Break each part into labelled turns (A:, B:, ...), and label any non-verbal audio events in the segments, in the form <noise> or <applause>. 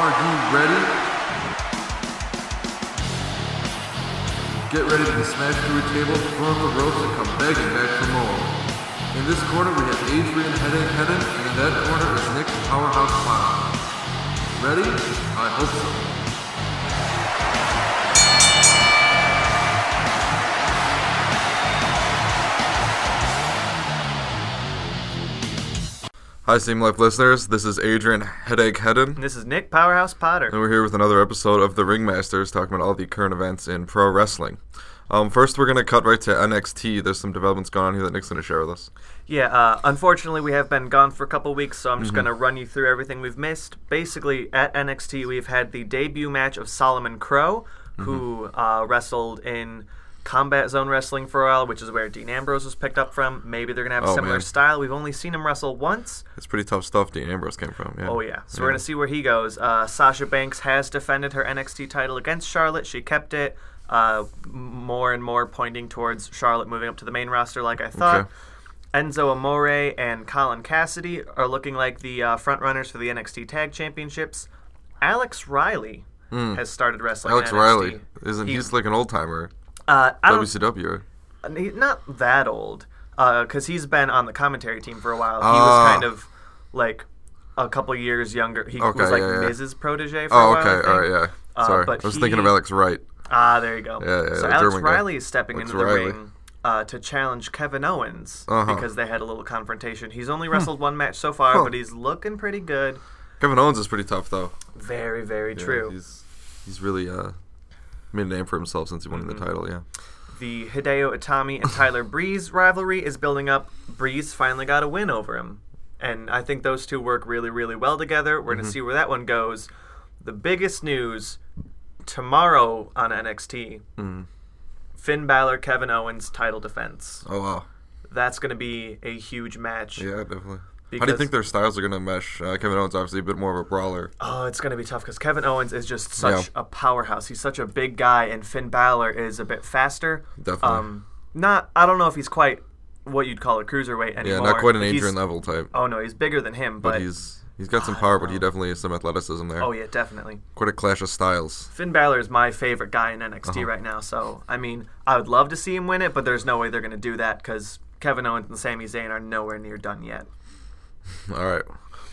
A: Ready? Get ready to be smashed through a table, thrown off the ropes, and come begging back for more. In this corner, we have Adrian Headache Hedden, and in that corner is Nick Powerhouse Clown. Ready? I hope so. Hi, Steam Life listeners. This is Adrian Headache Hedden.
B: This is Nick Powerhouse Potter.
A: And we're here with another episode of The Ringmasters talking about all the current events in pro wrestling. Um, first, we're going to cut right to NXT. There's some developments going on here that Nick's going to share with us.
B: Yeah, uh, unfortunately, we have been gone for a couple weeks, so
A: Mm-hmm.
B: I'm just going to run you through everything we've missed. Basically, at NXT, we've had the debut match of Solomon Crow,
A: Mm-hmm.
B: who uh, wrestled in Combat Zone Wrestling for a while, which is where Dean Ambrose was picked up from. Maybe they're going to have a
A: Oh,
B: similar
A: man.
B: style. We've only seen him wrestle once.
A: It's pretty tough stuff Dean Ambrose came from. Yeah.
B: Oh yeah. So we're gonna see where he goes. Uh, Sasha Banks has defended her NXT title against Charlotte. She kept it. Uh, m- more and more pointing towards Charlotte moving up to the main roster, like I thought.
A: Okay.
B: Enzo Amore and Colin Cassidy are looking like the uh, front runners for the NXT Tag Championships. Alex Riley has started wrestling.
A: Hmm.
B: in
A: Alex
B: NXT.
A: Riley. Isn't
B: He-
A: he's like an old timer?
B: Uh, I don't
A: WCW.
B: and he's not that old because he's been on the commentary team for a while. He
A: Ah.
B: was kind of like a couple years younger. He
A: Okay,
B: was like
A: yeah, yeah.
B: Miz's protege for
A: Oh,
B: a while. I
A: okay. All
B: think.
A: right. Yeah.
B: Uh,
A: Sorry.
B: but
A: I was thinking of
B: he-
A: Alex Wright.
B: Ah, there you go.
A: Yeah, yeah,
B: so
A: the
B: Alex
A: German guy.
B: Riley is stepping
A: Alex
B: into the
A: Riley.
B: ring uh, to challenge Kevin Owens
A: Uh-huh.
B: because they had a little confrontation. He's only wrestled one match so far,
A: Huh.
B: but he's looking pretty good.
A: Kevin Owens is pretty tough though.
B: Very, very
A: Yeah,
B: true.
A: He's he's really uh, made a name for himself since he won
B: Mm-hmm.
A: the title. Yeah.
B: the Hideo Itami and Tyler Breeze rivalry is building up. Breeze finally got a win over him. And I think those two work really, really well together. We're going
A: Mm-hmm.
B: to see where that one goes. The biggest news tomorrow on NXT Finn Balor, Kevin Owens title defense.
A: Oh wow.
B: That's going to be a huge match.
A: Yeah, definitely. How do you
B: Because-
A: think their styles are gonna mesh? Uh, Kevin Owens obviously a bit more of a brawler.
B: Oh, it's going to be tough because Kevin Owens is just such
A: Yeah.
B: a powerhouse. He's such a big guy, and Finn Balor is a bit faster.
A: Definitely.
B: Um, not, I don't know if he's quite what you'd call a cruiserweight anymore.
A: Yeah, not quite an
B: but he's-
A: Adrian level type,
B: Oh no, he's bigger than him, but,
A: but he's he's got some power, but he definitely has some athleticism there.
B: oh yeah, definitely.
A: Quite a clash of styles.
B: Finn Balor is my favorite guy in NXT
A: Uh-huh.
B: right now. So I mean, I would love to see him win it, but there's no way they're going to do that because Kevin Owens and Sami Zayn are nowhere near done yet.
A: All right.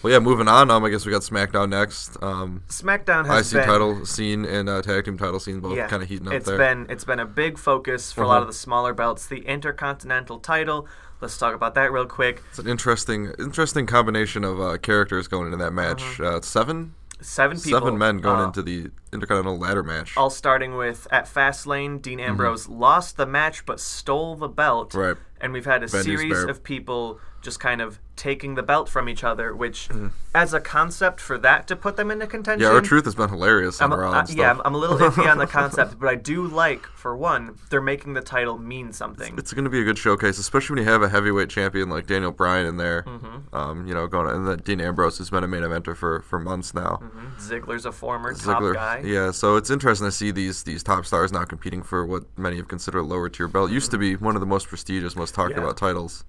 A: Well, yeah. Moving on. Um, I guess we got SmackDown next. Um,
B: SmackDown has
A: IC
B: been
A: title scene and uh, tag team title scene both
B: yeah,
A: kind of heating up
B: it's
A: there.
B: been it's been a big focus for a lot
A: Uh-huh.
B: of the smaller belts. The Intercontinental title. Let's talk about that real quick.
A: It's an interesting, interesting combination of uh, characters going into that match. Uh, seven,
B: Seven Mm-hmm. people,
A: seven men going
B: uh,
A: into the Intercontinental Ladder match.
B: all starting with at Fastlane, Dean Ambrose lost the match but stole the belt.
A: Mm-hmm. Right.
B: And we've had a
A: Bendy's
B: series
A: bear.
B: of people just kind of taking the belt from each other, which, as a concept for that to put them into contention.
A: Mm-hmm. yeah, our truth has been hilarious on
B: I'm,
A: Raw
B: uh,
A: and
B: yeah,
A: stuff.
B: I'm, I'm a little iffy
A: <laughs>
B: on the concept, but I do like, for one, they're making the title mean something.
A: it's going to be a good showcase, especially when you have a heavyweight champion like Daniel Bryan in there.
B: Mm-hmm.
A: Um, you know, going and that Dean Ambrose has been a main eventer for for months now.
B: Ziggler's a former
A: Ziggler-
B: Mm-hmm. top guy.
A: Yeah, so it's interesting to see these these top stars now competing for what many have considered a lower tier belt. Used to be one of the most prestigious, most talked
B: Mm-hmm. Yeah.
A: about titles.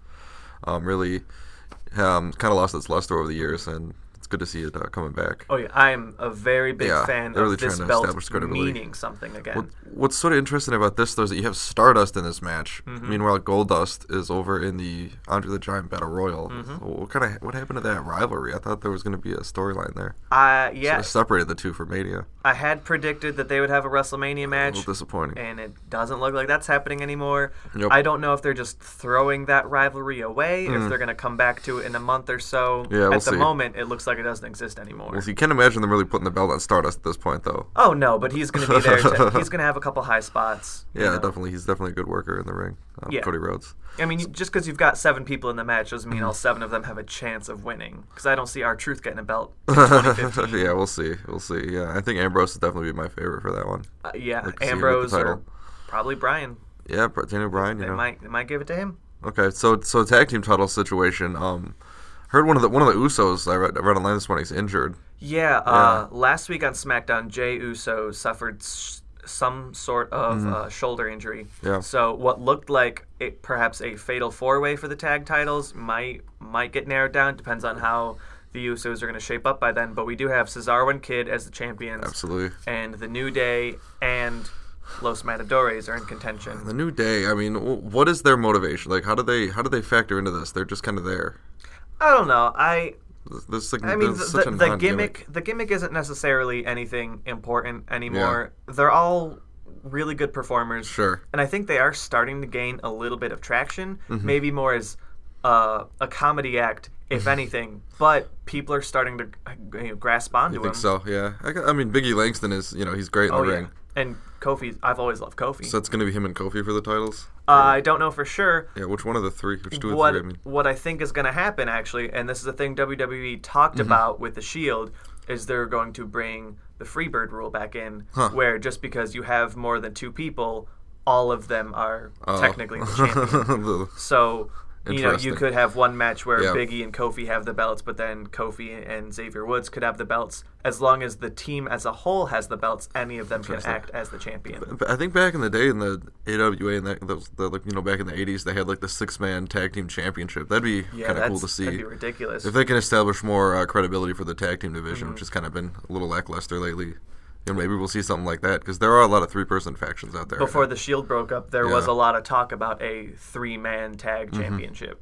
A: Um, really, um, kind of lost its luster over the years, and it's good to see it uh, coming back.
B: Oh, yeah, I am a very big
A: Yeah,
B: fan
A: they're really
B: of this
A: trying to establish
B: belt
A: credibility.
B: meaning something again.
A: What, what's sort of interesting about this, though, is that you have Stardust in this match.
B: Mm-hmm.
A: Meanwhile, Goldust is over in the Andre the Giant Battle Royal.
B: Mm-hmm.
A: What kind of what happened to that rivalry? I thought there was going to be a storyline there.
B: uh,
A: I
B: yeah,
A: separated the two for Mania.
B: I had predicted that they would have a WrestleMania
A: A
B: match.
A: little disappointing.
B: and it doesn't look like that's happening anymore.
A: Yep. Mm.
B: I don't know if they're just throwing that rivalry away, if they're going to come back to it in a month or so.
A: Yeah, we'll
B: At the
A: see.
B: moment, it looks like it doesn't exist anymore.
A: Well, so you can't imagine them really putting the belt on Stardust at this point, though.
B: Oh no, but he's going to be there.
A: <laughs>
B: To, he's going to have a couple high spots. you
A: Yeah,
B: know.
A: definitely. He's definitely a good worker in the ring. Um,
B: Yeah.
A: Cody Rhodes. <laughs>
B: I mean, you- just because you've got seven people in the match doesn't mean all seven of them have a chance of winning. Because I don't see our truth getting
A: <laughs>
B: a belt. In 2015.
A: yeah, we'll see. We'll see. Yeah, I think Ambrose would definitely be my favorite for that one.
B: Uh, yeah,
A: Let's see who gets the
B: Ambrose or
A: title.
B: probably Brian.
A: Yeah, Br- Daniel Bryan. You
B: They
A: know.
B: might they might give it to him.
A: Okay, so so tag team title situation. Um, heard one of the one of the Usos I read, I read online this morning is injured.
B: Yeah, uh, last week on SmackDown, Jay Uso suffered s- some sort of uh, shoulder injury.
A: Yeah.
B: So what looked like it, perhaps a fatal four-way for the tag titles might might get narrowed down. Depends on how the Usos are going to shape up by then. But we do have Cesaro and Kid as the champions,
A: Absolutely.
B: and the New Day and Los Matadores are in contention.
A: The new day. I mean, wh- what is their motivation? Like, how do they how do they factor into this? They're just kind of there.
B: I don't know. I
A: This, this, like,
B: I mean,
A: there's
B: the,
A: such
B: the,
A: a
B: the
A: non-gimmick.
B: gimmick, the gimmick isn't necessarily anything important anymore. They're all really good performers,
A: Sure.
B: and I think they are starting to gain a little bit of traction.
A: Mm-hmm.
B: Maybe more as uh, a comedy act, if
A: Mm-hmm.
B: anything. But people are starting to uh, you know, grasp
A: I
B: onto him.
A: think so. Yeah. I, got- I mean, Biggie Langston is you know he's great in
B: Oh
A: the
B: yeah,
A: ring.
B: and Kofi. I've always loved Kofi.
A: So it's gonna be him and Kofi for the titles.
B: uh, I don't know for sure.
A: Yeah. Which one of the three? Which two
B: what
A: of the three? I mean,
B: what I think is going to happen actually, and this is a thing WWE talked
A: Mm-hmm.
B: about with the Shield, is they're going to bring the Freebird rule back in,
A: Huh.
B: where just because you have more than two people, all of them are
A: <laughs>
B: technically the champion.
A: The-
B: So. You know, you
A: Oh. Interesting.
B: could have one match where
A: Yeah.
B: Biggie and Kofi have the belts, but then Kofi and Xavier Woods could have the belts. As long as the team as a whole has the belts, any of them can act as the champion.
A: But <laughs> I think back in the day in the AWA and that those the, like you know back in the '80s they had like the six man tag team championship. That'd be
B: Yeah,
A: kind of
B: that's
A: cool to see.
B: that'd be ridiculous.
A: If they can establish more uh, credibility for the tag team division,
B: Mm-hmm.
A: which has kind of been a little lackluster lately, and maybe we'll see something like that because there are a lot of three person factions out there.
B: before the Shield broke up, there was
A: Yeah. Mm-hmm.
B: a lot of talk about a three-man tag championship.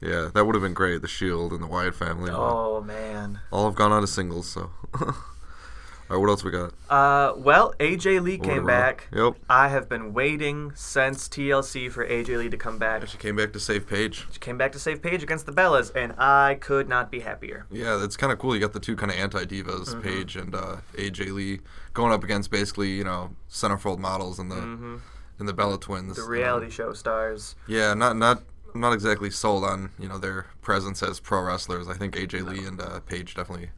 A: yeah, that would have been great. The Shield and the Wyatt family all-
B: Oh man.
A: all have gone on to singles. So, <laughs> all right, what else we got?
B: Uh, well, AJ Lee
A: Order
B: came
A: up.
B: back.
A: Yep.
B: I have been waiting since TLC for AJ Lee to come back.
A: She came back to save Paige.
B: She came back to save Paige against the Bellas, and I could not be happier.
A: Yeah, that's kind of cool. You got the two kind of anti divas,
B: Mm-hmm.
A: Paige and uh, AJ Lee, going up against basically you know centerfold models and the and the Bella twins.
B: Mm-hmm. The
A: you know.
B: reality show stars.
A: Yeah, not not I'm not exactly sold on you know their presence as pro wrestlers. I think AJ Lee and uh, Paige definitely.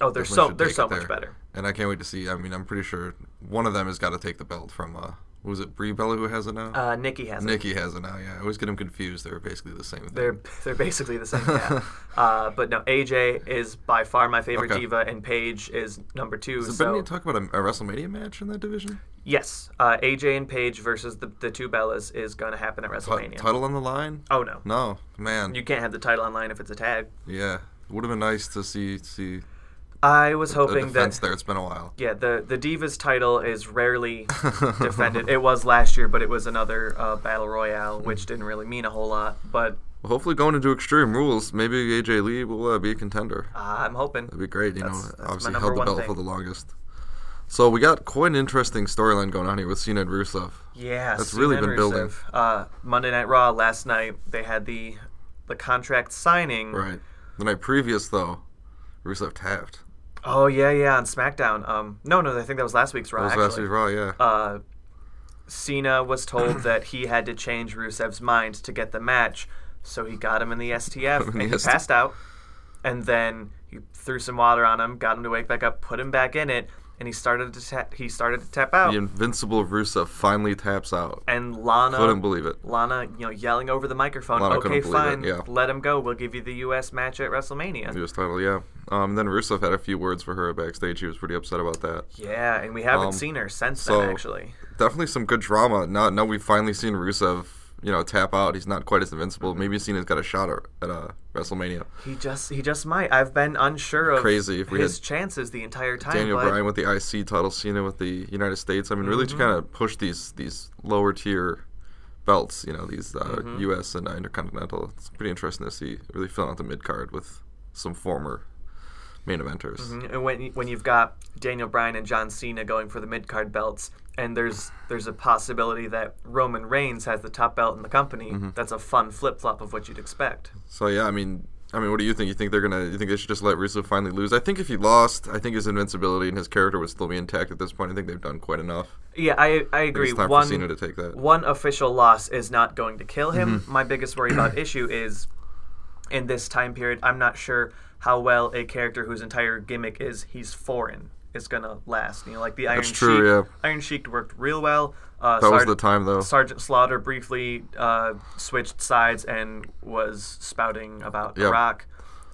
B: Oh, they're
A: definitely
B: so
A: should
B: they're
A: take
B: so
A: it
B: much
A: there.
B: better.
A: And I can't wait to see. I mean, I'm pretty sure one of them has got to take the belt from. Uh, was it Brie Bella who has it now?
B: Uh, Nikki has it.
A: Nikki has it now. Yeah, I always get them confused. They're basically the same. Thing.
B: They're they're basically the same.
A: <laughs>
B: Yeah. uh, but no, AJ is by far my favorite
A: Okay.
B: diva, and Paige is number two.
A: Did
B: so
A: Benny talk about a, a WrestleMania match in that division?
B: Yes, uh, AJ and Paige versus the, the two Bellas is going to happen at
A: Ti-
B: WrestleMania.
A: title on the line?
B: oh no.
A: No, man.
B: you can't have the title online if it's a tag.
A: Yeah, would have been nice to see see
B: I was
A: a
B: hoping that
A: defense there. It's been a while. <laughs>
B: yeah, the the Divas title is rarely defended. It was last year, but it was another uh, battle royale, which didn't really mean a whole lot. But
A: Well, hopefully, going into Extreme Rules, maybe AJ Lee will uh, be a contender.
B: uh, I'm hoping.
A: That'd be great. You
B: That's-
A: know,
B: that's my
A: obviously
B: number
A: held the
B: one
A: belt
B: thing.
A: for the longest. So we got quite an interesting storyline going on here with Cena and Rusev.
B: Yeah,
A: That's
B: Cena
A: really
B: and
A: been building.
B: Rusev. Uh, Monday Night Raw last night they had the the contract signing.
A: Right. The night previous, though, Rusev tapped.
B: Oh yeah, yeah on SmackDown. Um, no, no, I think that was last week's Raw.
A: That was
B: actually.
A: last week's Raw, yeah.
B: uh, Cena
A: <coughs>
B: was told that he had to change Rusev's mind to get the match, so he got him in
A: <laughs>
B: the STF and he
A: Yes.
B: passed out. And then he threw some water on him, got him to wake back up, put him back in it, and he started to ta- he started to tap out.
A: the invincible Rusev finally taps out.
B: And uh, Lana
A: Couldn't believe it.
B: Lana, you know, yelling over the microphone,
A: Lana
B: "Okay,
A: couldn't believe it,
B: fine,
A: yeah.
B: let him go. We'll give you the U.S. match at WrestleMania."
A: He was title, yeah. Um, then Rusev had a few words for her backstage. He was pretty upset about that.
B: Yeah, and we haven't
A: Um,
B: seen her since
A: so-
B: then, actually.
A: definitely some good drama. Now, now we've finally seen Rusev, you know, tap out. He's not quite as invincible. Maybe Cena's got a shot at, at uh, WrestleMania.
B: He just he just might. I've been unsure of
A: Crazy if we
B: his
A: had
B: chances the entire time.
A: Daniel
B: but
A: Bryan with the IC title, Cena with the United States. I mean, really to kind of push these these lower tier belts. You know, these uh, U.S. and uh, Intercontinental. It's pretty interesting to see. Really filling out the mid card with some former main eventers.
B: Mm-hmm. And when when you've got Daniel Bryan and John Cena going for the mid card belts, and there's there's a possibility that Roman Reigns has the top belt in the company. That's a fun flip flop of what you'd expect.
A: So yeah, I mean, I mean, what do you think? You think they're gonna? You think they should just let Rusev finally lose? I think if he lost, I think his invincibility and his character would still be intact at this point. I think they've deen quite enough.
B: Yeah, I I
A: I think
B: agree.
A: it's time
B: one
A: for Cena to take that. Mm-hmm.
B: one official loss is not going to kill him. My biggest
A: <clears throat>
B: worry about issue is in this time period. I'm not sure how well a character whose entire gimmick is he's foreign is gonna last. You know, like the Iron
A: That's true,
B: Sheik. Iron Sheik worked real well. Uh,
A: That was
B: Sard-
A: the time though.
B: Sergeant Slaughter briefly uh, switched sides and was spouting about
A: Yep.
B: Iraq.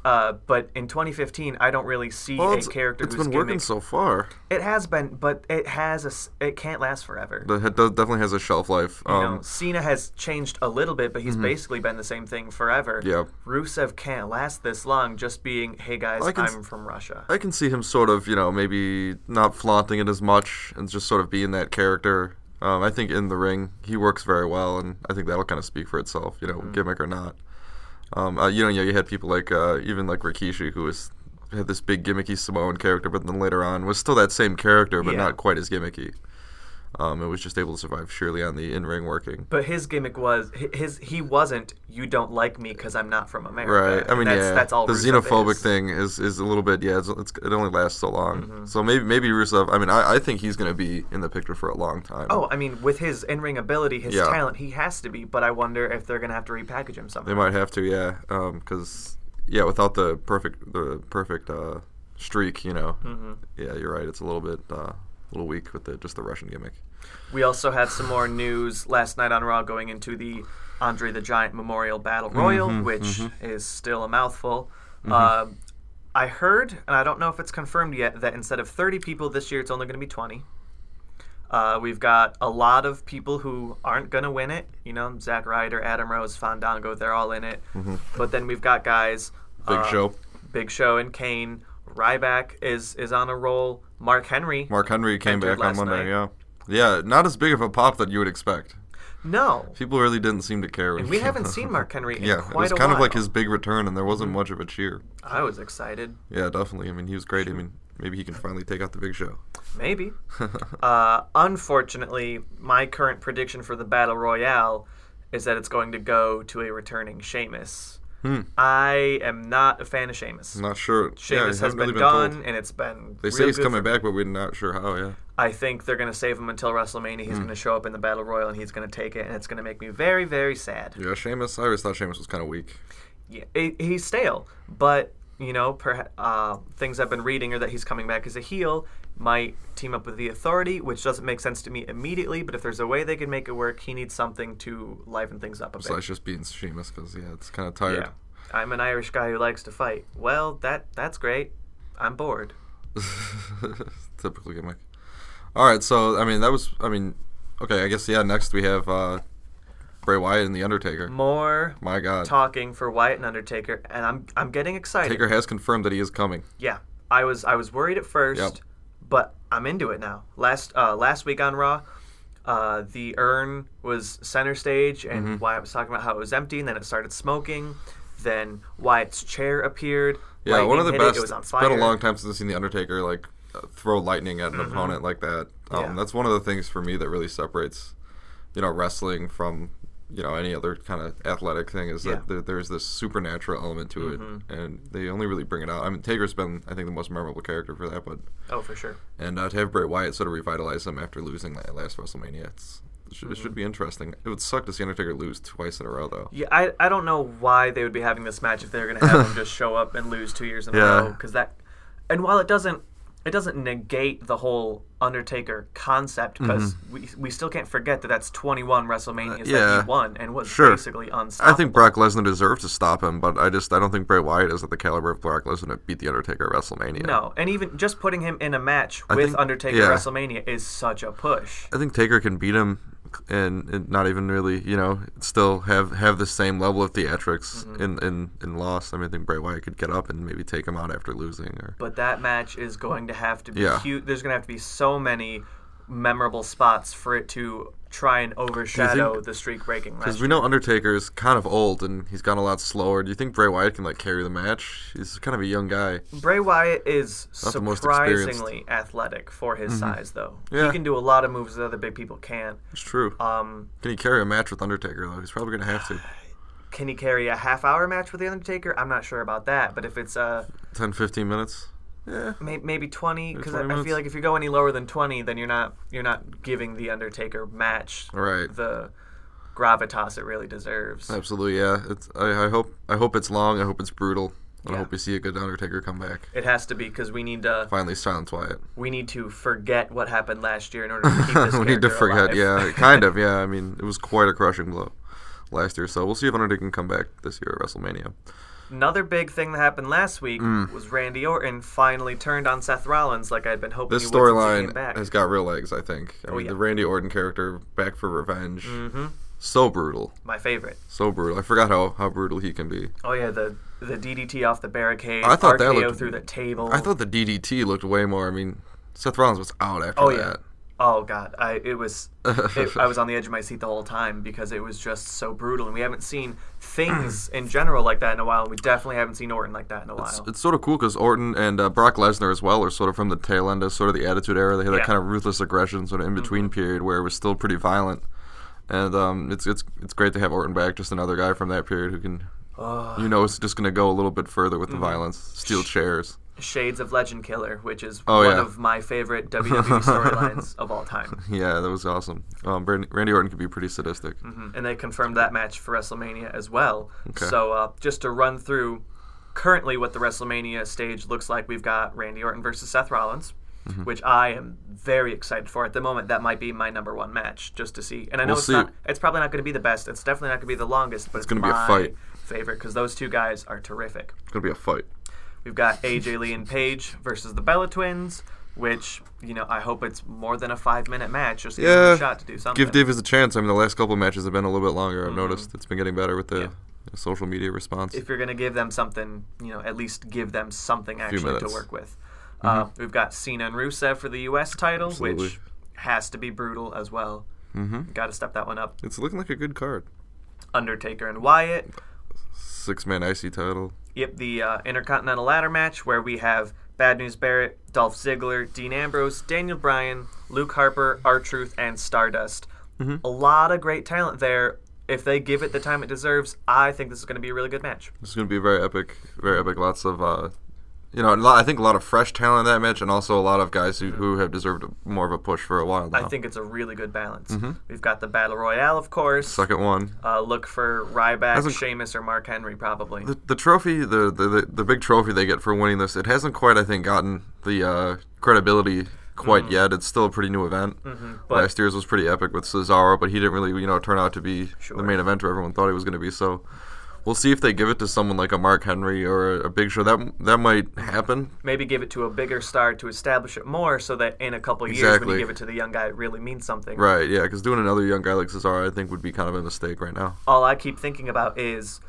B: Uh, but in 2015, I don't really see
A: Well,
B: a
A: it's-
B: character
A: it's
B: whose
A: been working
B: gimmick-
A: so far.
B: It has been, but it has a. s- It can't last forever.
A: The it does, definitely has a shelf life.
B: you
A: Um,
B: know, Cena has changed a little bit, but he's basically been the same thing forever.
A: Mm-hmm. Yep.
B: Rusev can't last this long just being, hey guys,
A: I can s-
B: I'm from Russia.
A: I can see him sort of, you know, maybe not flaunting it as much and just sort of being that character. Um, I think in the ring he works very well, and I think that'll kind of speak for itself, you know,
B: Mm-hmm.
A: gimmick or not. Um, uh, you know, yeah, you had people like uh, even like Rikishi, who was had this big gimmicky Samoan character, but then later on was still that same character, but
B: Yeah.
A: not quite as gimmicky. Um, it was just able to survive surely on the in-ring working.
B: but his gimmick was hi- his he wasn't you don't like me because I'm not from America.
A: Right. I
B: And
A: mean,
B: that's,
A: yeah.
B: that's all
A: the
B: Rusev
A: xenophobic
B: is.
A: thing is, is a little bit. Yeah, it's, it's, it only lasts so long.
B: Mm-hmm.
A: So maybe maybe Rusev. I mean, I, I think he's going to be in the picture for a long time.
B: Oh, I mean, with his in-ring ability, his
A: Yeah.
B: talent, he has to be. But I wonder if they're gonna have to repackage him
A: they
B: somehow.
A: might have to. Yeah, because yeah, without the perfect the perfect uh, streak, you know.
B: Mm-hmm.
A: Yeah, you're right. It's a little bit uh, a little weak with the just the Russian gimmick.
B: We also have some more news last night on Raw going into the Andre the Giant Memorial Battle
A: Mm-hmm,
B: Royal, which is still a mouthful. Uh, I heard, and I don't know if it's confirmed yet, that instead of 30 people this year, it's only going to be 20. Uh, we've got a lot of people who aren't going to win it. You know, Zack Ryder, Adam Rose, Fandango, they're all in it. But then we've got guys.
A: Mm-hmm. Big
B: uh,
A: Show.
B: Big Show and Kane. Ryback is is on a roll. Mark Henry.
A: Mark Henry came
B: entered
A: back on
B: last
A: Monday.
B: night.
A: Yeah, yeah, not as big of a pop that you would expect.
B: No.
A: People really didn't seem to care. When
B: And
A: he
B: we
A: came
B: haven't
A: out. <laughs>
B: seen Mark Henry in
A: Yeah,
B: quite
A: it was
B: a
A: kind of
B: while. Mm-hmm.
A: like his big return, and there wasn't much of a cheer.
B: I was excited.
A: Yeah, definitely. I mean, he was great. I mean, maybe he can finally take out the big show. <laughs>
B: Maybe. uh, unfortunately, my current prediction for the battle royale is that it's going to go to a returning Sheamus. I am not a fan of Sheamus.
A: I'm not sure. Hmm. yeah, I
B: Sheamus has
A: haven't really
B: been,
A: told.
B: gone, and it's been.
A: They
B: real
A: say he's
B: good
A: coming
B: for-
A: back, but we're not sure how. Yeah.
B: I think they're going to save him until WrestleMania. He's
A: Hmm.
B: going to show up in the battle royal, and he's going to take it, and it's going to make me very, very sad.
A: Yeah, Sheamus. I always thought Sheamus was kind of weak.
B: yeah, he- he's stale. But you know, perha- uh, things I've been reading are that he's coming back as a heel. Might team up with the Authority, which doesn't make sense to me immediately. But if there's a way they can make it work, he needs something to liven things up a bit.
A: Besides just being Sheamus, because yeah, it's kind of tired.
B: yeah, I'm an Irish guy who likes to fight. Well, that that's great. I'm bored.
A: <laughs> Typical gimmick. All right, so I mean, that was. I mean, okay. I guess yeah. Next we have uh, Bray Wyatt and the Undertaker.
B: More
A: My God,
B: talking for Wyatt and Undertaker, and I'm I'm getting excited.
A: Taker has confirmed that he is coming.
B: Yeah, I was I was worried at first,
A: Yep.
B: but I'm into it now. Last uh, last week on Raw, uh, the urn was center stage, and
A: Mm-hmm.
B: Wyatt was talking about how it was empty, and then it started smoking. Then Wyatt's chair appeared.
A: Yeah, one of the
B: lightning hit
A: best.
B: It, it was on
A: has
B: fire. Mm-hmm.
A: been a long time since I've seen the Undertaker like uh, throw lightning at an opponent like that. Um,
B: Yeah.
A: That's one of the things for me that really separates, you know, wrestling from you know any other kind of athletic thing is that
B: Yeah. Mm-hmm.
A: there, there's this supernatural element to it, and they only really bring it out. I mean, Taker's been I think the most memorable character for that, but
B: Oh, for sure.
A: and uh, to have Bray Wyatt sort of revitalize him after losing that last WrestleMania, it's, it, should, it
B: Mm-hmm.
A: should be interesting. It would suck to see Undertaker lose twice in a row though.
B: Yeah, I, I don't know why they would be having this match if they were going to have
A: <laughs>
B: him just show up and lose two years in
A: Yeah.
B: a row because that, and while it doesn't it doesn't negate the whole Undertaker concept because we, we still can't forget that that's 21 WrestleManias that
A: Mm-hmm. yeah.
B: he won and was
A: Sure.
B: basically unstoppable.
A: I think Brock Lesnar deserves to stop him, but I just I don't think Bray Wyatt is at the caliber of Brock Lesnar to beat the Undertaker at WrestleMania.
B: no, and even just putting him in a match with
A: think-
B: Undertaker
A: yeah.
B: WrestleMania is such a push.
A: I think Taker can beat him and, and not even really, you know, still have have the same level of theatrics in, in in loss. I mean, I think Bray Wyatt could get up and maybe take him out after losing or
B: But that match is going to have to be
A: Yeah.
B: huge. There's going to have to be so many memorable spots for it to try and overshadow the streak breaking match.
A: because we know Undertaker is kind of old and he's gotten a lot slower. Do you think Bray Wyatt can like carry the match? He's kind of a young guy.
B: Bray Wyatt is
A: the most Mm-hmm.
B: surprisingly athletic for his size, though.
A: Yeah.
B: He can do a lot of moves that other big people can't.
A: It's true.
B: Um,
A: can he carry a match with Undertaker though? He's probably gonna have to.
B: can he carry a half-hour match with the Undertaker? I'm not sure about that, but if it's uh,
A: 10, 15 minutes. Yeah.
B: may- maybe 20, because I,
A: 20
B: I
A: minutes.
B: feel like if you go any lower than 20, then you're not you're not giving the Undertaker match
A: Right.
B: the gravitas it really deserves.
A: Absolutely, yeah. It's, I, I hope I hope it's long. I hope it's brutal. I
B: Yeah.
A: hope we see a good Undertaker come back.
B: It has to be because we need to
A: Finally, silence Wyatt.
B: we need to forget what happened last year in
A: <laughs>
B: order to keep this
A: we need to
B: character
A: forget.
B: alive.
A: Yeah, kind
B: <laughs>
A: of. Yeah, I mean, it was quite a crushing blow last year. So we'll see if Undertaker can come back this year at WrestleMania.
B: Another big thing that happened last week
A: Mm.
B: was Randy Orton finally turned on Seth Rollins, like I'd been hoping.
A: This
B: he would since he came
A: storyline
B: back. Oh,
A: has got real legs, I think. I mean,
B: yeah.
A: the Randy Orton character back for revenge. Mm-hmm. So brutal.
B: my favorite.
A: So brutal. I forgot how, how brutal he can be.
B: Oh yeah, the the DDT off the barricade.
A: I thought that
B: RKO
A: looked-
B: through the table.
A: I thought the DDT looked way more. I mean, Seth Rollins was out after
B: Oh
A: that.
B: yeah. Oh god, I it was it, I was on the edge of my seat the whole time because it was just so brutal, and we haven't seen
A: <clears throat>
B: things in general like that in a while. And we definitely haven't seen Orton like that in a while.
A: It's, it's sort of cool because Orton and uh, Brock Lesnar as well are sort of from the tail end of sort of the Attitude Era. They had
B: Yeah. Mm-hmm.
A: that kind of ruthless aggression sort of in between period where it was still pretty violent. And um, it's it's it's great to have Orton back, just another guy from that period who can, you know, is just going to go a little bit further with the
B: Mm-hmm.
A: violence, steal chairs.
B: Shades of Legend Killer, which is
A: Oh,
B: one
A: yeah.
B: of
A: <laughs>
B: my favorite WWE storylines of all time,
A: Yeah, that was awesome. Um, Brand- Randy Orton could be pretty sadistic.
B: and they confirmed that match for WrestleMania as well.
A: Okay.
B: So uh, just to run through currently what the WrestleMania stage looks like, we've got Randy Orton versus Seth Rollins.
A: Mm-hmm.
B: Which I am very excited for at the moment. That might be my number one match, just to see. And I know
A: We'll
B: it's
A: see.
B: not. It's probably not going to be the best. It's definitely not going to be the longest. But it's,
A: gonna be a
B: my
A: fight.
B: Favorite because those two guys are terrific.
A: It's going to be a fight.
B: We've got AJ Lee and Paige versus the Bella Twins, which you know I hope it's more than a five minute match. Just give them
A: Yeah,
B: a shot to do something. Mm-hmm.
A: Give Davis a chance. I mean, the last couple of matches have been a little bit longer. I've noticed it's been getting better with the
B: Yeah.
A: the social media response.
B: if you're going to give them something, you know at least give them something actually to
A: minutes. Mm-hmm.
B: work with. Uh, we've got Cena and Rusev for the U.S. title, which
A: Absolutely.
B: has to be brutal as well. Mm-hmm. Got to step that one up.
A: It's looking like a good card.
B: Undertaker and Wyatt.
A: Six man IC title.
B: Yep, the uh, Intercontinental Ladder match where we have Bad News Barrett, Dolph Ziggler, Dean Ambrose, Daniel Bryan, Luke Harper, R Truth, and Stardust.
A: Mm-hmm.
B: A lot of great talent there. If they give it the time it deserves, I think this is going to be a really good match.
A: This is going to be very epic, very epic. Lots of, uh, you know, a lot, I think a lot of fresh talent in that match, and also a lot of guys who, who have deserved a, more of a push for a while now.
B: I think it's a really good balance.
A: Mm-hmm.
B: We've got the Battle Royale, of course.
A: second one.
B: Uh, look for Ryback,
A: Hasn't-
B: Sheamus, or Mark Henry, probably.
A: The, the trophy, the, the the the big trophy they get for winning this, it hasn't quite, I think, gotten the uh, credibility quite yet. It's still a pretty new event.
B: Mm-hmm. but-
A: Last year's was pretty epic with Cesaro, but he didn't really, you know, turn out to be
B: Sure.
A: the main eventer everyone thought he was going to be. So. We'll see if they give it to someone like a Mark Henry or a, a Big Show. That that might happen,
B: Maybe give it to a bigger star to establish it more so that in a couple years, when
A: Exactly.
B: you give it to the young guy, it really means something.
A: Right, yeah, because doing another young guy like Cesaro, I think, would be kind of a mistake right now.
B: all I keep thinking about is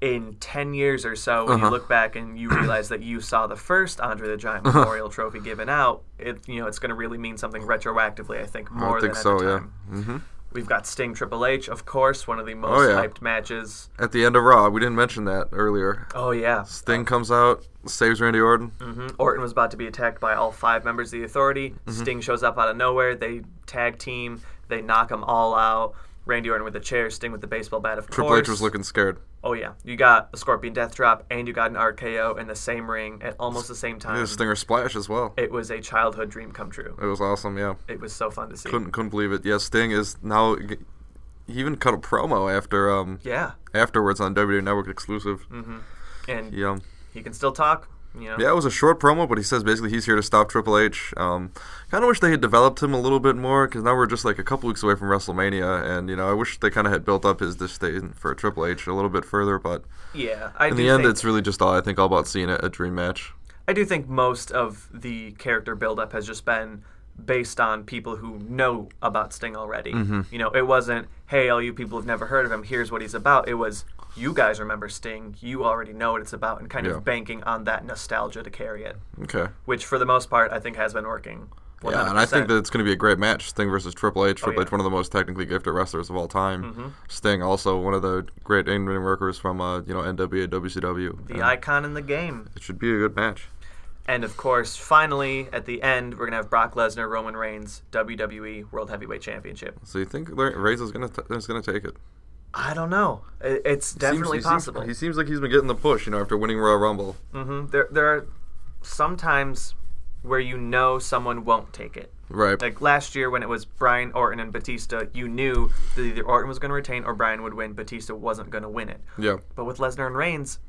B: in 10 years or so, when you
A: Uh-huh.
B: look back
A: <clears throat>
B: and you realize that you saw the first Andre the Giant
A: Uh-huh.
B: Memorial Trophy given out, it you know it's going to really mean something retroactively, I think, more
A: think
B: than
A: so,
B: at the
A: yeah. Mm-hmm.
B: time. We've got Sting Triple H, of course, one of the most
A: Oh, yeah.
B: hyped matches.
A: At the end of Raw, we didn't mention that earlier.
B: Oh, yeah.
A: Sting comes out, saves Randy Orton.
B: hmm Orton was about to be attacked by all five members of the authority.
A: Mm-hmm.
B: Sting shows up out of nowhere. They tag team, they knock them all out. Randy Orton with a chair, Sting with the baseball bat, of
A: Triple
B: course.
A: H was looking scared.
B: Oh yeah, you got a scorpion death drop and you got an RKO in the same ring at almost the same
A: He
B: time.
A: had a Stinger splash as well.
B: It was a childhood dream come true.
A: It was awesome, yeah.
B: It was so fun to see.
A: Couldn't couldn't believe it. Yeah, Sting is now. He even cut a promo after um
B: Yeah, Mm-hmm.
A: afterwards on WWE Network exclusive. um,
B: and
A: Yeah,
B: he can still talk. You know,
A: yeah, it was a short promo, but he says basically he's here to stop Triple H. Um, kind of wish they had developed him a little bit more because now we're just like a couple weeks away from WrestleMania, and you know I wish they kind of had built up his disdain for Triple H a little bit further, but.
B: yeah. I
A: In
B: do
A: the end,
B: think,
A: it's really just all I think all about seeing a, a dream match.
B: I do think most of the character buildup has just been based on people who know about Sting already.
A: Mm-hmm.
B: You know, it wasn't, hey, all you people have never heard of him, here's what he's about. It was, you guys remember Sting, you already know what it's about, and kind
A: Yeah.
B: of banking on that nostalgia to carry it,
A: Okay.
B: which for the most part, I think has been working. 100%.
A: Yeah, and I think that it's going to be a great match. Sting versus Triple H. Triple
B: Oh, yeah. Mm-hmm.
A: H, one of the most technically gifted wrestlers of all time. Sting, also one of the great in-ring workers from uh, you know NWA, WCW.
B: the
A: And
B: icon in the game.
A: It should be a good match.
B: And of course, finally, at the end, we're going to have Brock Lesnar, Roman Reigns, WWE World Heavyweight Championship.
A: So you think Le- Reigns is going to is going to take it?
B: I don't know. I- It's definitely
A: Seems- he seems-
B: possible.
A: he seems like he's been getting the push, you know, after winning Royal Rumble.
B: hmm There, there are sometimes where you know someone won't take it.
A: Right.
B: Like last year when it was Brian Orton and Batista, you knew that either Orton was going to retain or Brian would win. Batista wasn't going to win it.
A: yeah.
B: But with Lesnar and Reigns,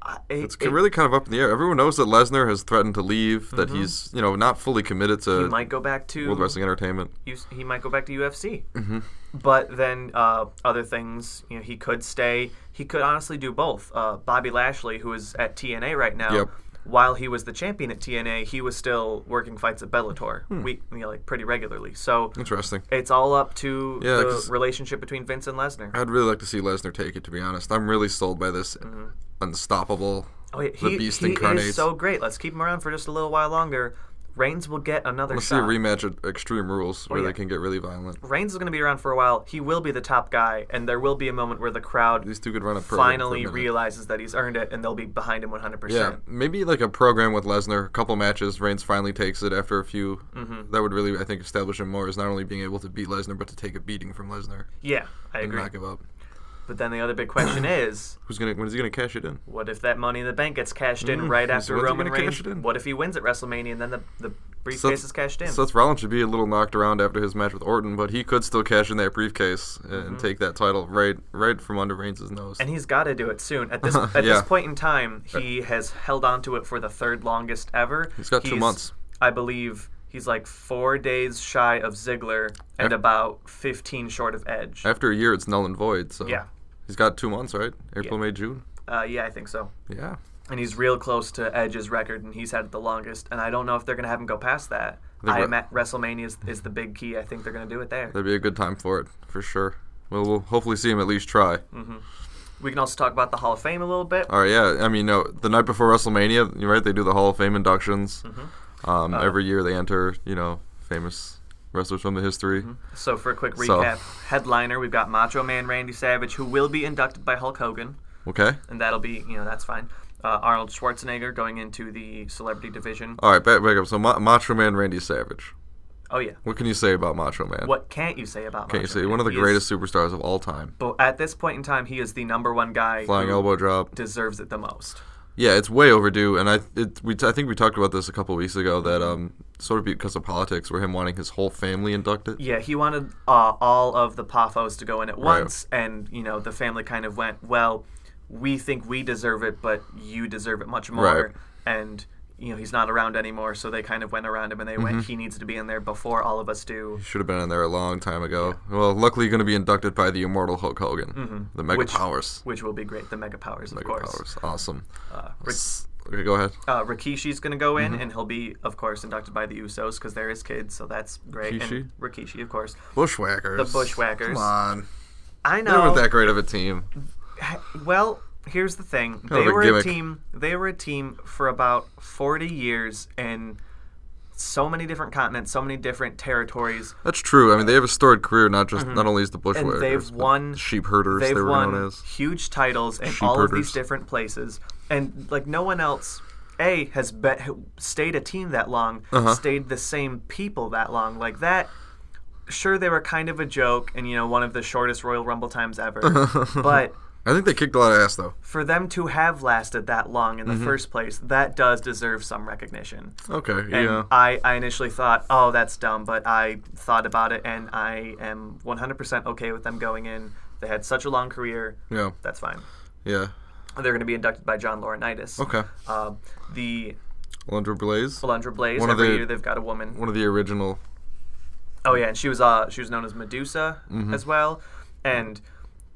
B: I- it-
A: It's
B: it-
A: really kind of up in the air. Everyone knows that Lesnar has threatened to leave, that he's, you know, not fully committed
B: Mm-hmm. he
A: to
B: might go back to
A: World Wrestling Entertainment.
B: you, he might go back to UFC.
A: Mm-hmm.
B: But then uh, other things, you know, he could stay. He could honestly do both. Uh, Bobby Lashley, who is at TNA right now,
A: Yep.
B: while he was the champion at TNA, he was still working fights at Bellator,
A: Hmm.
B: we, you know, like pretty regularly. So
A: Interesting.
B: it's all up to
A: Yeah, Uh,
B: the
A: 'cause-
B: relationship between Vince and Lesnar.
A: I'd really like to see Lesnar take it, to be honest. I'm really sold by this unstoppable,
B: Mm-hmm. Oh, yeah,
A: the
B: he,
A: beast
B: he
A: incarnates.
B: is so great. Let's keep him around for just a little while longer. Reigns will get another
A: Let's see a
B: shot.
A: rematch at Extreme Rules where
B: Oh, yeah.
A: they can get really violent.
B: Reigns is going to be around for a while. He will be the top guy, and there will be a moment where the crowd
A: These two could run a program for a
B: finally
A: minute.
B: realizes that he's earned it, and they'll be behind him 100%.
A: Yeah, maybe like a program with Lesnar, a couple matches. Reigns finally takes it after a few.
B: Mm-hmm.
A: That would really, I think, establish him more as not only being able to beat Lesnar, but to take a beating from Lesnar
B: Yeah, I
A: and
B: agree.
A: not give up.
B: But then the other
A: <coughs>
B: big question is,
A: Who's gonna? When is he gonna cash it in?
B: what if that Money in the Bank gets cashed in right
A: so
B: after
A: when's Mm, he
B: Roman
A: gonna
B: Reigns?
A: cash it in?
B: What if he wins at WrestleMania and then the, the briefcase is cashed in?
A: Seth Rollins should be a little knocked around after his match with Orton, but he could still cash in that briefcase and take that title right, right from under Reigns' nose.
B: Mm-hmm. and he's got to do it soon.
A: <laughs>
B: At this at
A: Yeah. Uh,
B: this point in time, he has held on to it for the third longest ever.
A: He's got two months.
B: I believe he's like four days shy of Ziggler and
A: Af-
B: about 15 short of Edge.
A: after a year, it's null and void. So
B: Yeah.
A: he's got two months, right? April, May, June.
B: Uh, yeah, I think so.
A: Yeah.
B: and he's real close to Edge's record, and he's had it the longest. And I don't know if they're going to have him go past that.
A: think
B: I
A: Re-
B: am at WrestleMania is, is the big key. I think they're going to do it there.
A: That'd be a good time for it, for sure. Well, we'll hopefully see him at least try.
B: Mm-hmm. We can also talk about the Hall of Fame a little bit.
A: All right, yeah. I mean, no, the night before WrestleMania, you're right? They do the Hall of Fame inductions.
B: Mm-hmm.
A: Um,
B: Uh-huh.
A: every year they enter, you know, famous wrestlers from the history.
B: So for a quick
A: So-
B: recap, headliner we've got Macho Man Randy Savage, who will be inducted by Hulk Hogan,
A: Okay.
B: and that'll be you know that's fine. Uh, Arnold Schwarzenegger going into the celebrity division.
A: All right, back, back up. So, Ma- Macho Man Randy Savage.
B: Oh yeah.
A: What can you say about Macho Man?
B: What can't you say about?
A: Can't you
B: Macho
A: say
B: Man?
A: one of the
B: He is-
A: greatest superstars of all time?
B: but at this point in time, he is the number one guy.
A: Flying
B: who
A: elbow drop.
B: deserves it the most.
A: Yeah, it's way overdue, and I it, we t- I think we talked about this a couple weeks ago that
B: Mm-hmm.
A: um sort of because of politics, where him wanting his whole family inducted.
B: Yeah, he wanted uh, all of the Paphos to go in at once, and you know the family kind of went, "Well, we think we deserve it, but you deserve it much more."
A: Right.
B: And you know he's not around anymore, so they kind of went around him and they
A: Mm-hmm.
B: went, "He needs to be in there before all of us do."
A: Should have been in there a long time ago. Well, luckily, going to be inducted by the immortal Hulk Hogan, the Mega
B: Mm-hmm. Which-
A: Powers.
B: Which will be great. The Mega Powers, of
A: Mega
B: course.
A: Powers, awesome.
B: Rick-
A: S- okay, go ahead.
B: Uh, Rikishi's going to go
A: Mm-hmm.
B: in, and he'll be, of course, inducted by the Usos because they're his kids, so that's great. And Rikishi, of course.
A: Bushwhackers.
B: the Bushwhackers.
A: Come on,
B: I
A: they
B: know.
A: weren't that great of a team.
B: Well, here's the thing.
A: of
B: They
A: a
B: were
A: gimmick.
B: a team. They were a team for about 40 years in so many different continents, so many different territories.
A: That's true. I mean, they have a storied career. Not just not only as the
B: Mm-hmm. they've
A: Bushwhackers, but
B: won-
A: sheep herders.
B: They've
A: They were known
B: won
A: as.
B: huge titles in all of
A: herders.
B: these different places, and like no one else. A has be- stayed a team that long,
A: Uh-huh.
B: stayed the same people that long. Like that, sure they were kind of a joke, and you know one of the shortest Royal Rumble
A: <laughs>
B: times ever. but
A: I think they kicked a lot of ass though.
B: for them to have lasted that long in the
A: Mm-hmm.
B: first place, that does deserve some recognition.
A: Okay,
B: And
A: yeah.
B: I, I initially thought, oh, that's dumb, but I thought about it and I am 100% okay with them going in. They had such a long career.
A: Yeah.
B: That's fine.
A: yeah.
B: They're going to be inducted by John Laurinaitis.
A: Okay.
B: Uh, the
A: Alundra Blaze.
B: Alundra Blaze,
A: One of
B: every
A: the-
B: year they've got a woman.
A: One of the original
B: Oh yeah, and she was uh she was known as Medusa
A: Mm-hmm.
B: as well, and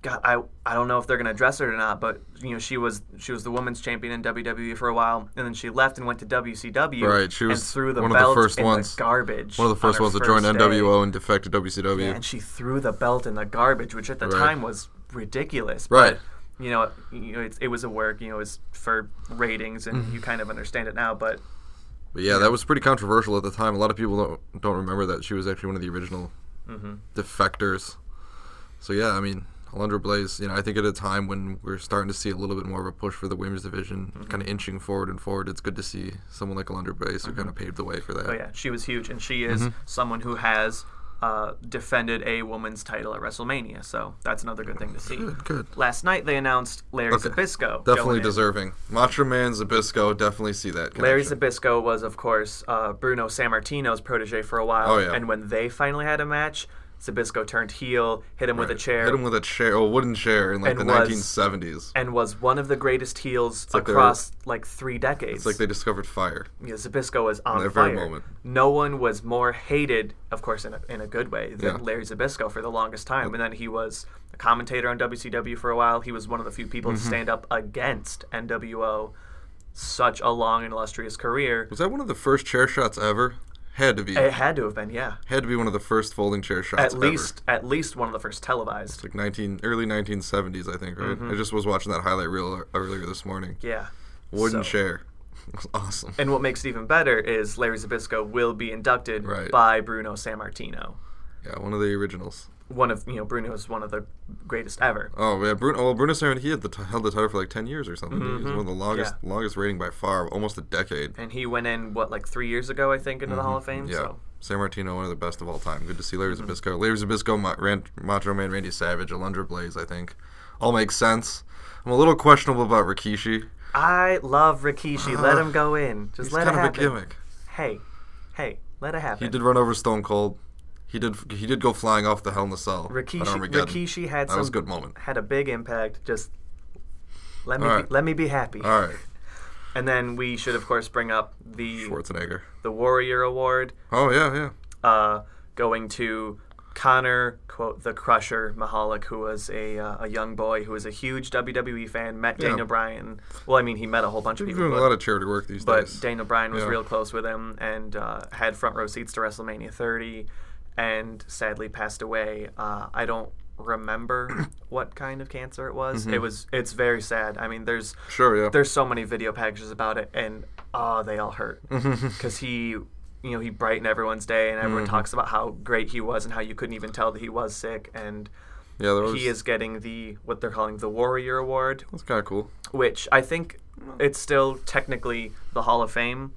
B: God, I I don't know if they're gonna address her or not, but you know she was she was the women's champion in WWE for a while, and then she left and went to WCW.
A: Right, she
B: and
A: was
B: threw the
A: one of the
B: belt
A: first
B: in
A: ones-
B: the garbage.
A: One of the
B: on
A: first
B: her
A: ones to join
B: first day.
A: NWO and defect to WCW.
B: Yeah, and she threw the belt in the garbage, which at the
A: Right.
B: time was ridiculous.
A: Right.
B: But, you know, you know, it's, it was a work. You know, it was for ratings, and
A: Mm-hmm.
B: you kind of understand it now. But
A: but yeah, that was pretty controversial at the time. A lot of people don't don't remember that she was actually one of the original
B: Mm-hmm.
A: defectors. So yeah, I mean, Alundra Blaze. You know, I think at a time when we're starting to see a little bit more of a push for the women's division,
B: Mm-hmm.
A: kind of inching forward and forward. It's good to see someone like Alundra Blaze who kind of paved the way for that.
B: But Mm-hmm. Oh, yeah, she was huge, and she is
A: Mm-hmm.
B: someone who has uh, defended a woman's title at WrestleMania. So that's another good thing to see.
A: Good, good.
B: Last night they announced Larry
A: Okay.
B: Zabisco. going
A: Definitely
B: in.
A: deserving. Macho Man Zabisco. Definitely see that.
B: Larry
A: connection.
B: Zabisco was, of course, uh, Bruno Sammartino's protege for a while.
A: Oh, yeah.
B: And when they finally had a match, Zabisco turned heel, hit him with a
A: Right.
B: chair,
A: Hit him with a chair, a wooden chair in like
B: And
A: the
B: was-
A: 1970s.
B: and was one of the greatest heels
A: like they were-
B: across like three decades.
A: It's like they discovered fire.
B: you know, Zabisco was on
A: that
B: fire.
A: very moment.
B: No one was more hated, of course, in a, in a good way, than
A: Yeah.
B: Larry Zabisco for the longest time. And then he was a commentator on WCW for a while. He was one of the few people
A: Mm-hmm.
B: to stand up against NWO. Such a long and illustrious career.
A: Was that one of the first chair shots ever? Had to be.
B: It had to have been, yeah.
A: Had to be one of the first folding chair shots
B: At
A: ever.
B: least, at least one of the first televised.
A: like 19 early 1970s, I think. Right. I just was watching that highlight reel earlier this morning.
B: Mm-hmm. Yeah.
A: Wooden
B: So-
A: chair. <laughs> It was awesome.
B: And what makes it even better is Larry Zabisco will be inducted
A: Right.
B: by Bruno Sammartino.
A: Yeah, one of the originals.
B: One of you know Bruno is one of the greatest ever.
A: Oh yeah, Bruno. Well, Bruno Sammartino he had the t- held the title for like ten years or something. He was one of the longest longest rating by far, almost a decade.
B: Mm-hmm. and he went in what like three years ago, I think, into the Hall of Fame.
A: Mm-hmm. Yeah,
B: So Mm-hmm.
A: San Martino, one of the best of all time. Good to see Larry Zabisco. Larry Zabisco, Ma- Ran- Macho Man, Randy Savage, Alundra Blaze. I think all makes sense. I'm a little questionable about Rikishi.
B: I love
A: <laughs>
B: Rikishi. let him go in. Just
A: He's
B: let
A: kind
B: it
A: of
B: happen.
A: a gimmick.
B: Hey, hey, let it happen.
A: He did run over Stone Cold. He did. He did go flying off the Hell in a Cell. at
B: Rikishi,
A: Armageddon.
B: Rikishi had
A: That
B: some
A: was a good moment.
B: had a big impact. Just let me
A: All
B: be,
A: right.
B: let me be happy.
A: All right,
B: And then we should of course bring up the
A: Schwarzenegger.
B: the Warrior Award,
A: Oh yeah, yeah.
B: uh, going to. Connor, quote the Crusher Mahalik, who was a uh, a young boy who was a huge WWE fan, met
A: Yeah.
B: Daniel Bryan. Well, I mean, he met a whole bunch of
A: He's
B: people.
A: doing a
B: but-
A: lot of charity work these
B: but
A: days.
B: Daniel Bryan was
A: Yeah.
B: real close with him and uh, had front row seats to WrestleMania 30, and sadly passed away. Uh, I don't remember what kind of cancer it was. It was. It's very sad. I mean, there's
A: Sure, yeah.
B: there's so many video packages about it, and oh, they all hurt because he. You know, he brightened everyone's day, and everyone talks about how great he was and how you couldn't even tell that he was sick. And
A: yeah, there was,
B: he is getting the what they're calling the Warrior Award,
A: That's kind of cool.
B: which I think it's still technically the Hall of Fame,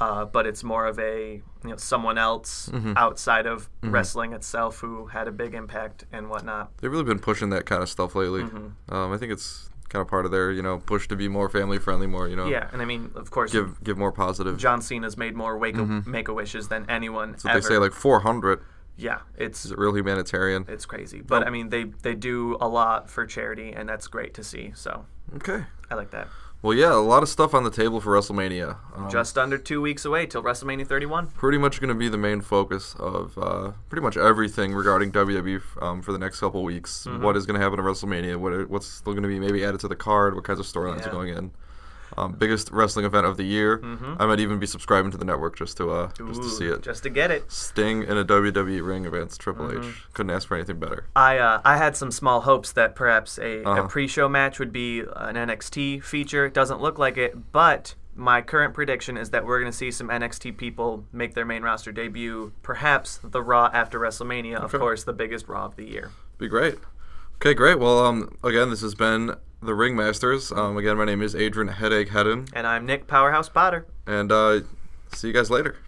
B: uh, but it's more of a you know someone else
A: Mm-hmm.
B: outside of wrestling itself who had a big impact and whatnot.
A: They've really been pushing that kind of stuff lately.
B: Mm-hmm.
A: Um, I think it's kind of part of their, you know, push to be more family friendly, more, you know,
B: Yeah, and I mean, of course,
A: give give more positive.
B: John Cena's made more wake make a wishes than anyone
A: That's what
B: ever.
A: they say, like 400
B: yeah, it's
A: is it real humanitarian.
B: it's crazy, but I mean, they they do a lot for charity, and that's great to see. So
A: Okay.
B: I like that.
A: Well, yeah, a lot of stuff on the table for WrestleMania. Um,
B: Just under two weeks away till WrestleMania 31.
A: pretty much going to be the main focus of uh, pretty much everything regarding WWE um, for the next couple weeks.
B: Mm-hmm.
A: What is going to happen to WrestleMania? What are, what's still going to be maybe added to the card? What kinds of storylines
B: Yeah.
A: are going in? Um, biggest wrestling event of the year. I might even be subscribing to the network just to uh, just to
B: Mm-hmm. Ooh,
A: see it.
B: Just to get it.
A: Sting in a WWE ring against Triple H.
B: Mm-hmm.
A: Couldn't ask for anything better.
B: I uh, I had some small hopes that perhaps a, a
A: Uh-huh.
B: pre-show match would be an NXT feature. It doesn't look like it, but my current prediction is that we're going to see some NXT people make their main roster debut, perhaps the Raw after WrestleMania, of
A: Okay.
B: course, the biggest Raw of the year.
A: Be great. Okay, great. Well, um, again, this has been the Ringmasters. Um, again, my name is Adrian Headache Hedden,
B: And I'm Nick Powerhouse Potter.
A: and uh, see you guys later.